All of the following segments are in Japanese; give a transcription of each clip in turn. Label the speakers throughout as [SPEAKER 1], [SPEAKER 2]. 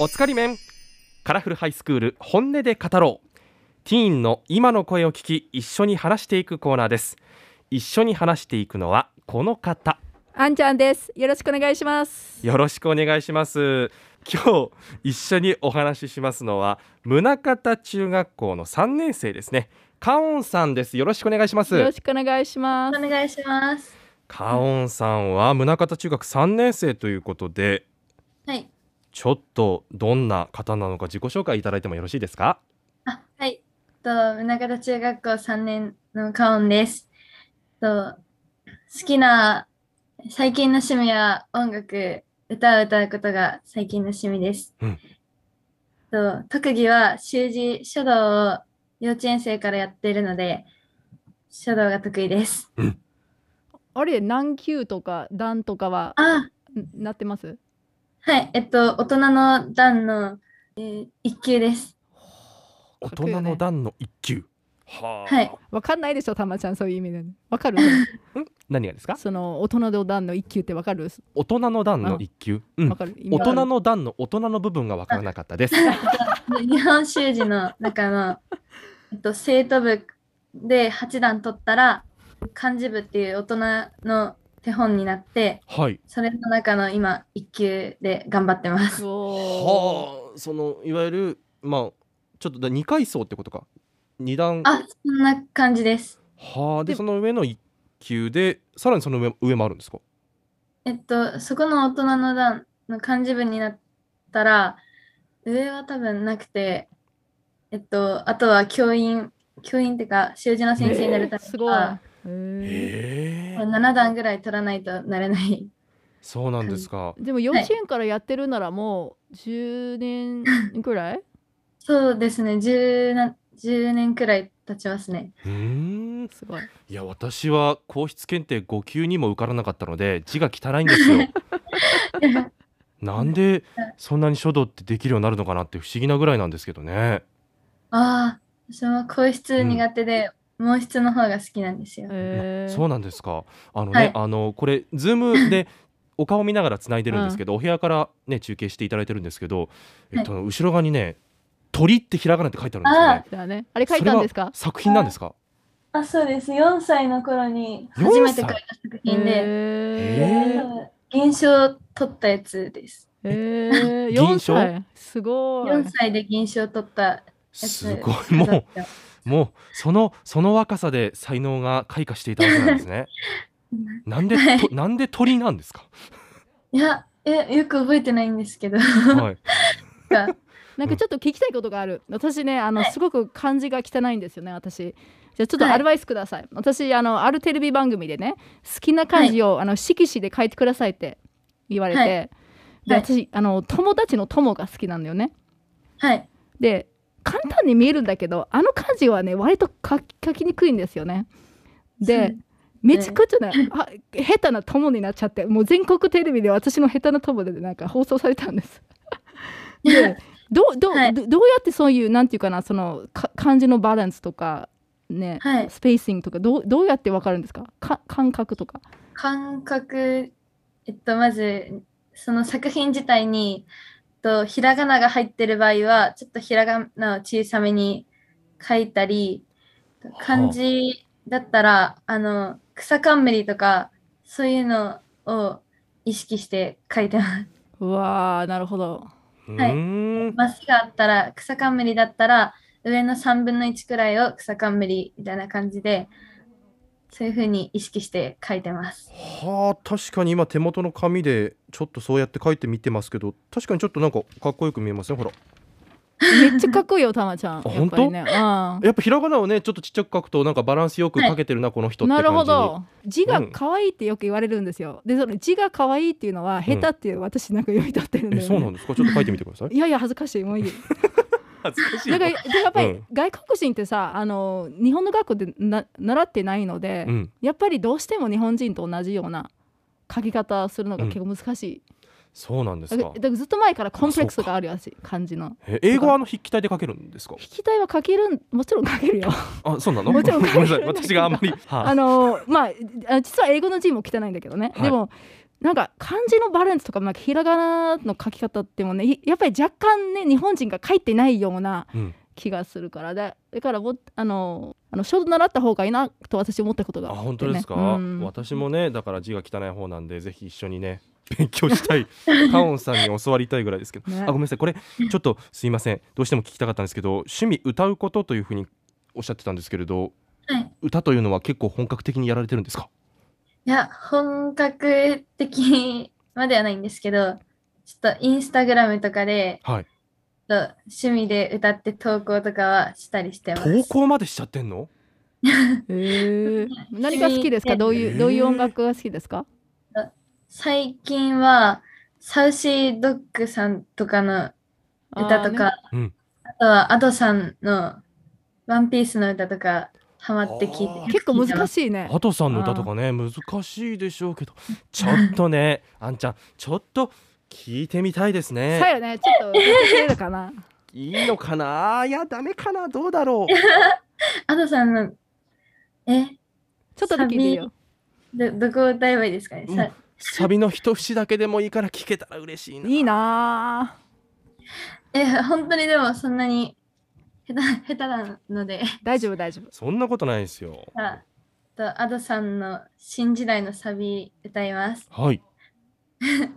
[SPEAKER 1] おつかり面カラフルハイスクール本音で語ろうティーンの今の声を聞き一緒に話していくコーナーです一緒に話していくのはこの方
[SPEAKER 2] あんちゃんです。よろしくお願いします。
[SPEAKER 1] よろしくお願いします今日一緒にお話ししますのは宗方中学校の3年生ですねカオンさんですよろしくお願いしま
[SPEAKER 2] よろ
[SPEAKER 1] す
[SPEAKER 2] しくお願いしま
[SPEAKER 3] お
[SPEAKER 2] す。
[SPEAKER 3] 願いします。
[SPEAKER 1] カオンさんは宗像中学3年生ということで
[SPEAKER 3] はい。
[SPEAKER 1] ちょっとどんな方なのか自己紹介いただいてもよろしいですか
[SPEAKER 3] あ、はい。と、宗像中学校3年のカオンです。と、好きな最近の趣味は音楽、歌を歌うことが最近の趣味です。
[SPEAKER 1] うん
[SPEAKER 3] と、特技は習字、書道を幼稚園生からやっているので、書道が得意です。
[SPEAKER 2] あれ、何級とか段とかは
[SPEAKER 3] あ、
[SPEAKER 2] んなってます
[SPEAKER 3] はい。えっと、大人の段の、えー1級です。
[SPEAKER 1] 大
[SPEAKER 2] かっこいいよ
[SPEAKER 1] 人
[SPEAKER 2] ね
[SPEAKER 1] の段の一級はあ
[SPEAKER 3] はい
[SPEAKER 2] わかんないでしょ、たまちゃん、そういう意味で。わかる
[SPEAKER 1] 何がですか
[SPEAKER 2] その、大人の段の一級ってわかる
[SPEAKER 1] 大人の段の一級うん
[SPEAKER 2] わかる意味
[SPEAKER 1] 大
[SPEAKER 2] わかる
[SPEAKER 1] 人の段の大人の部分が分からなかったです
[SPEAKER 3] で日本習字の中の、えっと、生徒部で8段取ったら漢字部っていう大人の手本になって
[SPEAKER 1] はい
[SPEAKER 3] それの中の今1級で頑張ってます。
[SPEAKER 2] おー
[SPEAKER 1] はあそのいわゆるまあちょっとだ二階層ってことか二段
[SPEAKER 3] あそんな感じです。
[SPEAKER 1] はあで
[SPEAKER 2] で
[SPEAKER 1] その上の一級でさらにその上上もあるんですか
[SPEAKER 3] えっとそこの大人の段の漢字部になったら上は多分なくてえっとあとは教員教員っていうか習字の先生になるため
[SPEAKER 2] す
[SPEAKER 3] に
[SPEAKER 2] ごい。
[SPEAKER 3] は
[SPEAKER 2] へー
[SPEAKER 1] へえ
[SPEAKER 3] 7段ぐらい取らないとなれない
[SPEAKER 1] そうなんですか
[SPEAKER 2] でも幼稚園からやってるならもう10年ぐらい
[SPEAKER 3] そうですね、10, な10年くらい経ちます ね。
[SPEAKER 1] うーん
[SPEAKER 2] すごい。
[SPEAKER 1] いや私は皇室検定5級にも受からなかったので字が汚いんですよなんでそんなに書道ってできるようになるのかなって不思議なぐらいなんですけどね
[SPEAKER 3] ああ、私も皇室苦手で、毛筆の方が好きなんですよ。
[SPEAKER 2] へー
[SPEAKER 1] そうなんですかあのね、
[SPEAKER 3] はい
[SPEAKER 1] あのこれズーム でお顔見ながらつないでるんですけど、お部屋からね中継していただいてるんですけど、えっと、後ろ側にね鳥ってひらがなって書いてあるんですよね
[SPEAKER 2] だね。あれ書いたんですか
[SPEAKER 1] それが作品なんですか
[SPEAKER 3] あ、そうです。4歳の頃に
[SPEAKER 1] 4
[SPEAKER 3] 初めて書いた作品で、
[SPEAKER 1] へ
[SPEAKER 2] へ
[SPEAKER 1] ー
[SPEAKER 2] ー
[SPEAKER 3] 銀賞を取ったやつです。
[SPEAKER 2] えー、
[SPEAKER 1] 銀
[SPEAKER 2] 4
[SPEAKER 1] 賞
[SPEAKER 2] 歳すごい
[SPEAKER 3] 4歳で銀賞を取ったやつ。
[SPEAKER 1] すごいもうもうそのその若さで才能が開花していたわけなんです ねなんでとなんで鳥なんですか
[SPEAKER 3] う。 いや、え、よく覚えてないんですけど。
[SPEAKER 1] はい
[SPEAKER 3] なんか
[SPEAKER 2] なんかちょっと聞きたいことがある私ねあの
[SPEAKER 3] はい
[SPEAKER 2] すごく漢字が汚いんですよね私じゃあちょっと
[SPEAKER 3] はい
[SPEAKER 2] アドバイスください、私あのあるテレビ番組でね好きな漢字を、あの色紙で書いてくださいって言われて、
[SPEAKER 3] はい
[SPEAKER 2] で
[SPEAKER 3] はい
[SPEAKER 2] 私あの友達の友が好きなんだよね
[SPEAKER 3] はい。
[SPEAKER 2] で簡単に見えるんだけどあの漢字はね割と書き書きにくいんですよねでめちゃくちゃね、あ下手な友になっちゃってもう全国テレビで私の下手な友でなんか放送されたん ですでどうどう、
[SPEAKER 3] はい
[SPEAKER 2] どどうやってそういうなんていうかなそのか漢字のバランスとかね、
[SPEAKER 3] はい。
[SPEAKER 2] スペーシングとかどうどうやってわかるんですかか感覚とか。
[SPEAKER 3] 感覚、えっと、まず、その作品自体に、えっと、ひらがなが入ってる場合は、ちょっとひらがなを小さめに書いたり、漢字だったら、あの、草冠とか、そういうのを意識して書いてます。
[SPEAKER 2] うわーなるほど。
[SPEAKER 1] う
[SPEAKER 3] はい
[SPEAKER 1] ーん
[SPEAKER 3] マスがあったら、草冠だったら、上の3分の1くらいを草冠みたいな感じで、そういうふうに意識して書いてます。
[SPEAKER 1] はあ確かに今手元の紙でちょっとそうやって書いてみてますけど確かにちょっとなんかかっこよく見えますねほら
[SPEAKER 2] めっちゃかっこいいよたまちゃん。
[SPEAKER 1] あ
[SPEAKER 2] やっぱりね。うん
[SPEAKER 1] やっぱひらがなをねちょっとちっちゃく書くとなんかバランスよく書けてるな、この人って
[SPEAKER 2] な
[SPEAKER 1] 感じ
[SPEAKER 2] る
[SPEAKER 1] に
[SPEAKER 2] ほど字
[SPEAKER 1] う
[SPEAKER 2] が
[SPEAKER 1] ん
[SPEAKER 2] 可愛いってよく言われるんですよ、でその字が可愛いっていうのは下手っていう私なんか読み取ってるんだ
[SPEAKER 1] え
[SPEAKER 2] よ、ね
[SPEAKER 1] そうなんですかちょっと書いてみてください
[SPEAKER 2] いやいや恥ずかしいもういい
[SPEAKER 1] 恥ずかし
[SPEAKER 2] だからでやっぱ
[SPEAKER 1] う
[SPEAKER 2] り
[SPEAKER 1] ん
[SPEAKER 2] 外国人ってさあの日本の学校でな習ってないので、
[SPEAKER 1] うん、
[SPEAKER 2] やっぱりどうしても日本人と同じような書き方をするのが結構難しい、
[SPEAKER 1] そうなんです
[SPEAKER 2] だか
[SPEAKER 1] から
[SPEAKER 2] だからずっと前からコンプレックスがあるやつ漢字の
[SPEAKER 1] え英語はあの筆記体で書けるんですか
[SPEAKER 2] 引き体は書けるんもちろん書けるよ
[SPEAKER 1] あそうなの
[SPEAKER 2] もちろん
[SPEAKER 1] ごめんなさい
[SPEAKER 2] 書けるんだけど
[SPEAKER 1] 私があんまり、はい
[SPEAKER 2] あのまああ実は英語の字も汚いんだけどね、
[SPEAKER 1] はい
[SPEAKER 2] でもなんか漢字のバランスとかもなんかひらがなの書き方ってもねいやっぱり若干ね日本人が書いてないような
[SPEAKER 1] うん
[SPEAKER 2] 気がするからだだからぼあのあの書道習った方がいいなと私思ったことが
[SPEAKER 1] あ
[SPEAKER 2] あってね
[SPEAKER 1] 本当ですか、
[SPEAKER 2] うん
[SPEAKER 1] 私もねだから字が汚い方なんでぜひ一緒にね 勉強した いカオンさんに教わりたいぐらいですけど、
[SPEAKER 2] ね
[SPEAKER 1] あごめんなさいこれちょっとすいませんどうしても聞きたかったんですけど趣味歌うことというふうにおっしゃってたんですけれど
[SPEAKER 3] はい。
[SPEAKER 1] 歌というのは結構本格的にやられてるんですか
[SPEAKER 3] いや、本格的まではないんですけど、ちょっとインスタグラムとかで、
[SPEAKER 1] はい
[SPEAKER 3] ちょっと趣味で歌って投稿とかはしたりしてます。
[SPEAKER 1] 投稿までしちゃってんの
[SPEAKER 2] へえ何が好きですかどういうどういう音楽が好きですか
[SPEAKER 3] 最近は、サウシードッグさんとかの歌とか、
[SPEAKER 1] あーねうん
[SPEAKER 3] あとは Ado さんのワンピースの歌とかハマって聞い
[SPEAKER 1] あー
[SPEAKER 3] て
[SPEAKER 2] 結構難
[SPEAKER 3] い
[SPEAKER 2] しいね
[SPEAKER 1] アトさんの歌とかね難しいでしょうけどちょっとねあんちゃんちょっと聞いてみたいですね
[SPEAKER 2] そうよねちょっと難しいのかな
[SPEAKER 1] いいのかないやダメかなどうだろう
[SPEAKER 3] Ado さんのえ
[SPEAKER 2] ちょっとで聞い てよ
[SPEAKER 3] どどこを歌えばいいですかね、
[SPEAKER 1] うん
[SPEAKER 3] さ
[SPEAKER 1] サビの一節だけでもいいから聞けたら嬉しいない
[SPEAKER 2] いなあ
[SPEAKER 3] え本当にでもそんなに下手下手なので
[SPEAKER 2] 大丈夫大丈夫
[SPEAKER 1] そんなことないですよ
[SPEAKER 3] あと Ado さんの「新時代」のサビ歌います
[SPEAKER 1] はい
[SPEAKER 3] 新時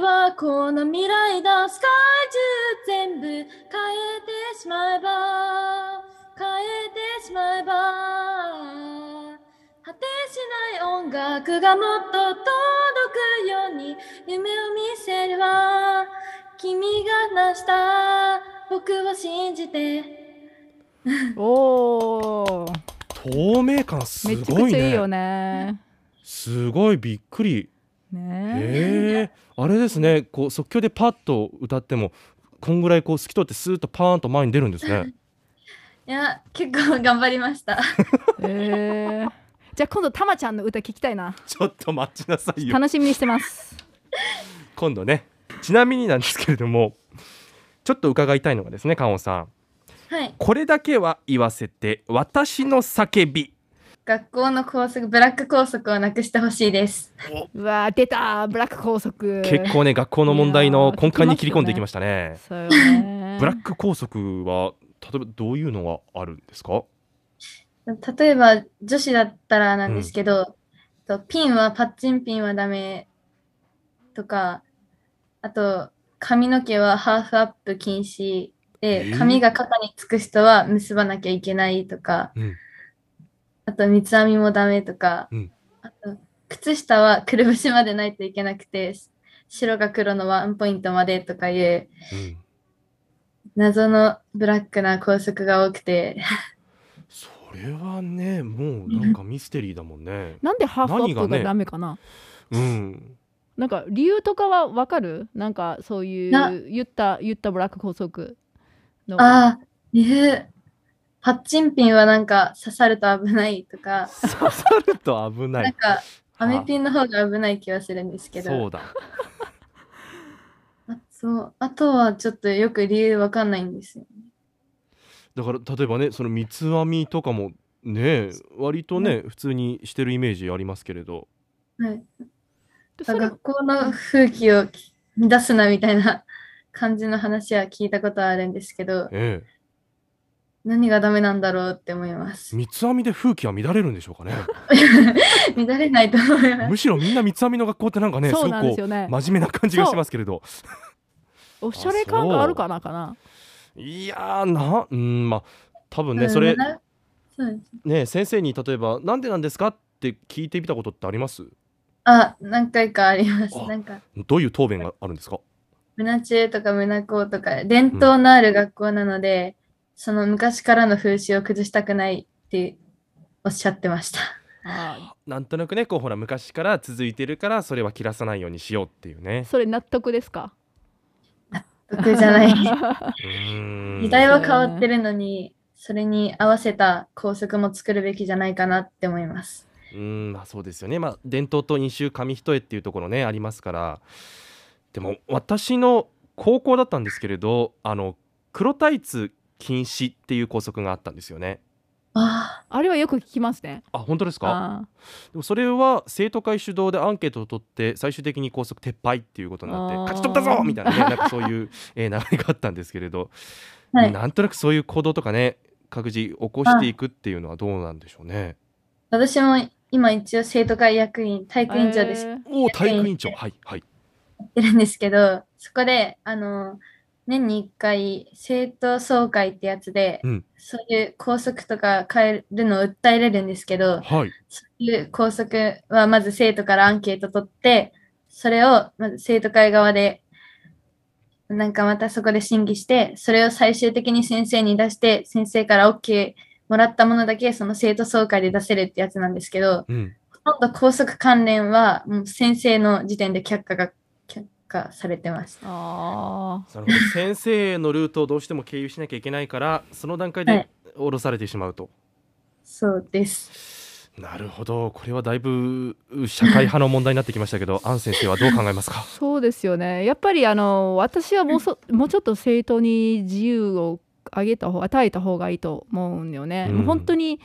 [SPEAKER 3] 代はこの未来だ世界中全部変えてしまえば変えてしまえば果てしない音楽がもっと届くように夢を見せるわ君がなした僕を信じて
[SPEAKER 2] おー
[SPEAKER 1] 透明感す
[SPEAKER 2] めちゃ
[SPEAKER 1] ご
[SPEAKER 2] く
[SPEAKER 1] い
[SPEAKER 2] ちゃいい
[SPEAKER 1] ね
[SPEAKER 2] よね
[SPEAKER 1] すごいびっくり
[SPEAKER 2] ね
[SPEAKER 1] へえあれですねこう即興でパッと歌ってもこんぐらいこう透き通ってスーッとパーンと前に出るんですね
[SPEAKER 3] いや結構頑張りました
[SPEAKER 2] ええじゃあ今度たまちゃんの歌聞きたいな
[SPEAKER 1] ちょっと待ちなさいよ
[SPEAKER 2] 楽しみにし てます
[SPEAKER 1] 今度ねちなみになんですけれどもちょっと伺いたいのがですねカオンさん
[SPEAKER 3] はい
[SPEAKER 1] これだけは言わせて私の叫び
[SPEAKER 3] 学校の校則ブラック校則をなくしてほしいです
[SPEAKER 2] うわー出たブラック拘束
[SPEAKER 1] 結構ね学校の問題の根幹に切り込んでいきましたね
[SPEAKER 2] そうよね
[SPEAKER 1] ブラック校則は例えばどういうのがあるんですか
[SPEAKER 3] 例えば女子だったらなんですけど、とピンはパッチンピンはダメとかあと髪の毛はハーフアップ禁止
[SPEAKER 1] え
[SPEAKER 3] で
[SPEAKER 1] ー
[SPEAKER 3] 髪が肩につく人は結ばなきゃいけないとか
[SPEAKER 1] うん
[SPEAKER 3] あと三つ編みもダメとか、
[SPEAKER 1] うん
[SPEAKER 3] あと靴下はくるぶしまでないといけなくて白が黒のワンポイントまでとかいう
[SPEAKER 1] うん
[SPEAKER 3] 謎のブラックな校則が多くて
[SPEAKER 1] それはねもうなんかミステリーだもんね
[SPEAKER 2] なんでハーフアップ
[SPEAKER 1] 何が
[SPEAKER 2] が
[SPEAKER 1] ね
[SPEAKER 2] ダメかな、
[SPEAKER 1] うん
[SPEAKER 2] なんか理由とかはわかるなんかそう
[SPEAKER 3] な
[SPEAKER 2] いう言った言ったブラック拘束の
[SPEAKER 3] ああ理由パッチンピンはなんか刺さると危ないとか
[SPEAKER 1] 刺さると危な
[SPEAKER 3] なん
[SPEAKER 1] い
[SPEAKER 3] か、アメピンの方が危ない気はするんですけど。
[SPEAKER 1] そうだ
[SPEAKER 3] あそうあとはちょっとよく理由わかんないんですよ。
[SPEAKER 1] だから例えばねその三つ編みとかもね割とね普通にしてるイメージありますけれど
[SPEAKER 3] はい、
[SPEAKER 2] でそれ
[SPEAKER 3] 学校の風紀を乱すなみたいな感じの話は聞いたことはあるんですけど、
[SPEAKER 1] ええ
[SPEAKER 3] 何がダメなんだろうって思います。
[SPEAKER 1] 三つ編みで風紀は乱れるんでしょうかね
[SPEAKER 3] 乱れないと思いま
[SPEAKER 1] む
[SPEAKER 3] す。
[SPEAKER 1] しろみんな三つ編みの学校ってなんかねす
[SPEAKER 2] そう
[SPEAKER 1] ご
[SPEAKER 2] なん
[SPEAKER 1] く
[SPEAKER 2] です
[SPEAKER 1] こ
[SPEAKER 2] よね
[SPEAKER 1] う真面目な感じがしますけれど
[SPEAKER 2] おしゃれ感があるかなかない
[SPEAKER 1] やーなうんまあ多分ね
[SPEAKER 3] うん
[SPEAKER 1] それ
[SPEAKER 3] なそうです
[SPEAKER 1] ね先生に例えば「なんでなんですか?」って聞いてみたことってあります
[SPEAKER 3] あ、何回かあります。
[SPEAKER 1] あ
[SPEAKER 3] なんか、
[SPEAKER 1] どういう答弁があるんですか
[SPEAKER 3] 胸中とか胸高とか、伝統のある学校なので、その昔からの風習を崩したくないっておっしゃって ました。
[SPEAKER 2] あ
[SPEAKER 1] なんとなくねこうほら昔から続いてるからそれは切らさないようにしようっていうね
[SPEAKER 2] それ納得ですか
[SPEAKER 3] 僕じゃない。
[SPEAKER 1] うーん
[SPEAKER 3] 時代は変わってるのに、それに合わせた校則も作るべきじゃないかなって思います。
[SPEAKER 1] うーんまあそうですよねまあ伝統と飲酒紙一重っていうところねありますからでも私の高校だったんですけれどあの黒タイツ禁止っていう校則があったんですよね
[SPEAKER 3] あ
[SPEAKER 2] あれはよく聞きますね。
[SPEAKER 1] あ本当ですか
[SPEAKER 2] あ
[SPEAKER 1] でもそれは生徒会主導でアンケートを取って最終的に校則撤廃っていうことになって
[SPEAKER 2] あー
[SPEAKER 1] 勝ち取ったぞみたいな,、ね、なんかそういう えー流れがあったんですけれど、
[SPEAKER 3] あ はい。
[SPEAKER 1] なんとなくそういう行動とかね各自起こしていくっていうのはどうなんでしょうね。
[SPEAKER 3] 私も今一応生徒会役員、
[SPEAKER 2] ー
[SPEAKER 3] 体育委員長です。
[SPEAKER 2] えー
[SPEAKER 1] おお体育委員長はいはい
[SPEAKER 3] やってるんですけど、そこで、あの、年に1回、生徒総会ってやつで、
[SPEAKER 1] うん
[SPEAKER 3] そういう校則とか変えるのを訴えれるんですけど、
[SPEAKER 1] はい
[SPEAKER 3] そういう校則はまず生徒からアンケート取って、それをまず生徒会側で、なんかまたそこで審議して、それを最終的に先生に出して、先生から OK もらったものだけ、その生徒総会で出せるってやつなんですけど、
[SPEAKER 1] うん
[SPEAKER 3] ほとんど校則関連は、もう先生の時点で却下が、却下されてました。
[SPEAKER 2] あ
[SPEAKER 1] なるほど先生のルートをどうしても経由しなきゃいけないからその段階
[SPEAKER 3] は
[SPEAKER 1] で
[SPEAKER 3] い
[SPEAKER 1] 降ろされてしまうと。
[SPEAKER 3] そうです。
[SPEAKER 1] なるほどこれはだいぶ社会派の問題になってきましたけどアン先生はどう考えますか
[SPEAKER 2] ーそうですよね。やっぱりあの私はもうそもうちょっと生徒に自由をあげた方与えた方がいいと思うんよね。
[SPEAKER 1] うん
[SPEAKER 2] もう本当に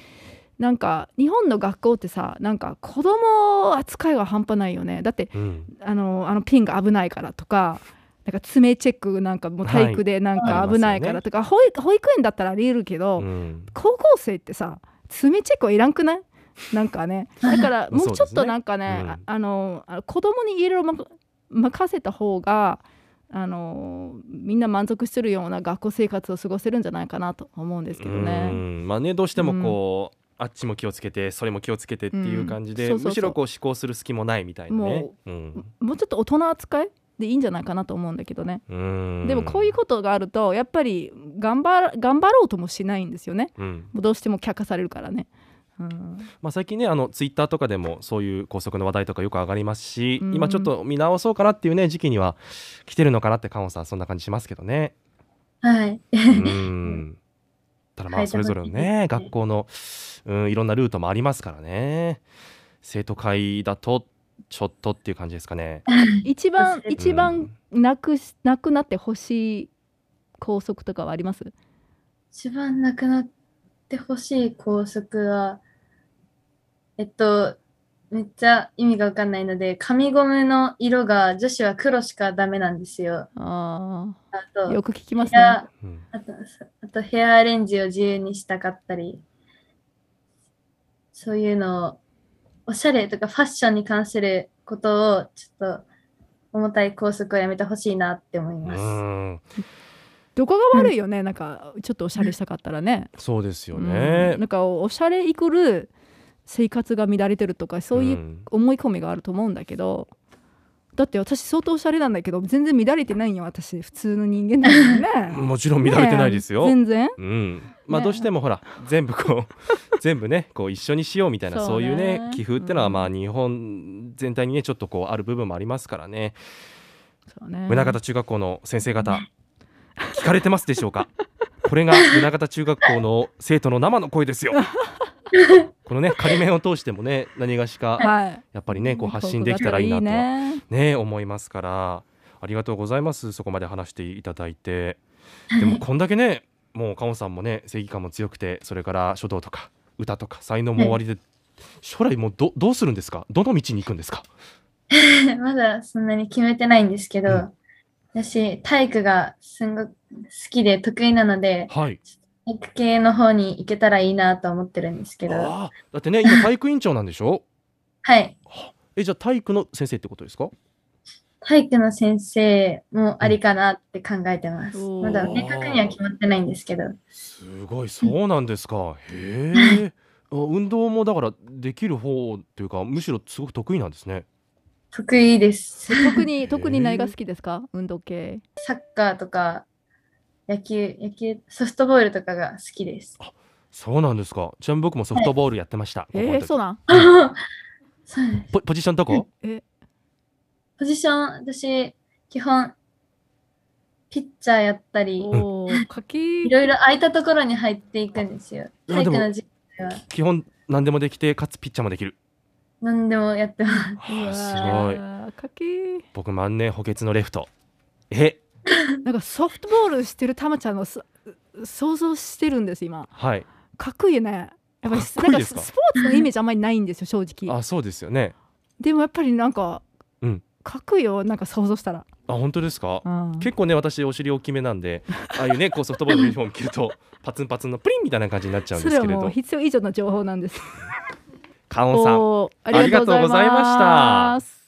[SPEAKER 2] なんか日本の学校ってさなんか子供扱いが半端ないよね。だって
[SPEAKER 1] うん
[SPEAKER 2] あのあのピンが危ないからとか。なんか爪チェックなんかもう体育でなんか危ないからとか、保育保育園だったらありえるけど、
[SPEAKER 1] うん
[SPEAKER 2] 高校生ってさ爪チェックはいらんくないなんかねだから
[SPEAKER 1] まあ
[SPEAKER 2] も
[SPEAKER 1] そう
[SPEAKER 2] う
[SPEAKER 1] です
[SPEAKER 2] ち
[SPEAKER 1] ね
[SPEAKER 2] ょっとなんかね
[SPEAKER 1] うん
[SPEAKER 2] ああのあ子供にいろいろま任せた方があのみんな満足してるような学校生活を過ごせるんじゃないかなと思うんですけど
[SPEAKER 1] う
[SPEAKER 2] ね。
[SPEAKER 1] んまあねどうしてもこう、あっちも気をつけてそれも気をつけてっていう感じで、
[SPEAKER 2] うんそうそうそう
[SPEAKER 1] むしろこう思考する隙もないみたいなね
[SPEAKER 2] も。
[SPEAKER 1] うん
[SPEAKER 2] もうちょっと大人扱いでいいんじゃないかなと思うんだけどね。
[SPEAKER 1] うん
[SPEAKER 2] でもこういうことがあるとやっぱり頑張頑張ろうともしないんですよね。
[SPEAKER 1] うん
[SPEAKER 2] もうどうしても却下されるからね。うん
[SPEAKER 1] まあ、最近ねあのツイッターとかでもそういう校則の話題とかよく上がりますし、
[SPEAKER 2] うん
[SPEAKER 1] 今ちょっと見直そうかなっていうね時期には来てるのかなってカオンさんそんな感じしますけど ね。
[SPEAKER 3] はい。
[SPEAKER 1] うんただま
[SPEAKER 3] は
[SPEAKER 1] あ
[SPEAKER 3] い
[SPEAKER 1] それぞれの
[SPEAKER 3] でもいい
[SPEAKER 1] ね
[SPEAKER 3] ですね
[SPEAKER 1] 学校の、うん、いろんなルートもありますからね生徒会だとちょっとっていう感じですかね。
[SPEAKER 2] 一番
[SPEAKER 3] うん
[SPEAKER 2] 一番なくしなくなってほしい校則とかはあります
[SPEAKER 3] 一番なくなってほしい校則は、えっと、めっちゃ意味がわかんないので、紙ゴムの色が女子は黒しかダメなんですよ。
[SPEAKER 2] あ
[SPEAKER 3] あ
[SPEAKER 2] ー
[SPEAKER 3] と、
[SPEAKER 2] よく聞きます
[SPEAKER 3] ヘ
[SPEAKER 2] ね
[SPEAKER 3] ア、
[SPEAKER 1] うん
[SPEAKER 3] あと、あとヘアアレンジを自由にしたかったり、そういうのを、おしゃれとかファッションに関することを、ちょっと、重たい拘束をやめてほしいなって思いうます。
[SPEAKER 1] ん
[SPEAKER 2] どこが悪いよねなんかちょっとおしゃれしたかったらね
[SPEAKER 1] そうですよね
[SPEAKER 2] うん。なんかおしゃれイコール生活が乱れてるとかそういううん思い込みがあると思うんだけど、だって私相当おしゃれなんだけど全然乱れてないよ私普通の人間だから ね
[SPEAKER 1] もちろん乱れてないですよ。
[SPEAKER 2] ねえ全然
[SPEAKER 1] うん、まあ
[SPEAKER 2] ね
[SPEAKER 1] どうしてもほら、全部こ う全部ねこう一緒にしようみたいなそ,、
[SPEAKER 2] そううね
[SPEAKER 1] いうね寄付ってのは
[SPEAKER 2] うん
[SPEAKER 1] まあ日本全体にねちょっとこうある部分もありますからね、
[SPEAKER 2] そうね
[SPEAKER 1] 宗像中学校の先生方聞かれてますでしょうかこれが宗像中学校の生徒の生の声 ですよこのね仮面を通してもね何がしか
[SPEAKER 2] はい
[SPEAKER 1] やっぱりね こう発信できたらいいなとは
[SPEAKER 2] ね
[SPEAKER 1] ね思いますからありがとうございますそこまで話していただいてでもこんだけねもうカオンさんもね正義感も強くてそれから書道とか歌とか才能も終わりで、将来もうどどうするんですかどの道に行くんですか
[SPEAKER 3] まだそんなに決めてないんですけど、
[SPEAKER 1] うん
[SPEAKER 3] 私、体育がすんごく好きで得意なので、
[SPEAKER 1] はい
[SPEAKER 3] 体育系の方に行けたらいいなと思ってるんですけど、
[SPEAKER 1] ああだってね今体育委員長なんでしょ
[SPEAKER 3] はい。
[SPEAKER 1] えじゃあ体育の先生ってことですか
[SPEAKER 3] 体育の先生もありかなって考えてます。
[SPEAKER 2] うん
[SPEAKER 3] まだ明確には決まってないんですけど、
[SPEAKER 1] すごいそうなんですかへえあ運動もだからできる方っていうかむしろすごく得意なんですね
[SPEAKER 3] 得意です。
[SPEAKER 2] 特に特に何が好きですか運動系
[SPEAKER 3] サッカーとか野球、野球、ソフトボールとかが好きです。
[SPEAKER 1] そうなんですかちなみに僕もソフトボールやってました、
[SPEAKER 2] え
[SPEAKER 1] 高校の
[SPEAKER 2] ー、
[SPEAKER 1] 時
[SPEAKER 2] そうなん
[SPEAKER 3] そうです
[SPEAKER 1] ポポジションどこ
[SPEAKER 2] え
[SPEAKER 3] ポジション、私、基本、ピッチャーやったり、
[SPEAKER 2] おーかき
[SPEAKER 3] いろいろ空いたところに入っていくんですよ。
[SPEAKER 1] あ
[SPEAKER 3] 体
[SPEAKER 1] でも
[SPEAKER 3] 育の授業では
[SPEAKER 1] 基本何でもできてかつピッチャーもできる、
[SPEAKER 3] 何でもやってます。
[SPEAKER 1] はあすごい
[SPEAKER 2] いかき
[SPEAKER 1] 僕万年補欠のレフトえ
[SPEAKER 2] なんかソフトボールしてるたまちゃんのす想像してるんです今
[SPEAKER 1] はい
[SPEAKER 2] かっこいいよねやっぱり
[SPEAKER 1] かっこいい
[SPEAKER 2] なん
[SPEAKER 1] で
[SPEAKER 2] か
[SPEAKER 1] すか
[SPEAKER 2] スポーツのイメージあんまりないんですよ正直
[SPEAKER 1] あそうですよね
[SPEAKER 2] でもやっぱりなんか、
[SPEAKER 1] うん
[SPEAKER 2] かっこいいよなんか想像したら、
[SPEAKER 1] あ本当ですか
[SPEAKER 2] うん
[SPEAKER 1] 結構ね私お尻大きめなんでああいうねこうソフトボールのユニフォーム着るとパツンパツンのプリンみたいな感じになっちゃうん
[SPEAKER 2] そ
[SPEAKER 1] です
[SPEAKER 2] れは
[SPEAKER 1] けれ
[SPEAKER 2] もう
[SPEAKER 1] ど
[SPEAKER 2] 必要以上の情報なんです
[SPEAKER 1] カオンさん
[SPEAKER 2] おー
[SPEAKER 1] ありがとうございました
[SPEAKER 2] ありがとうございます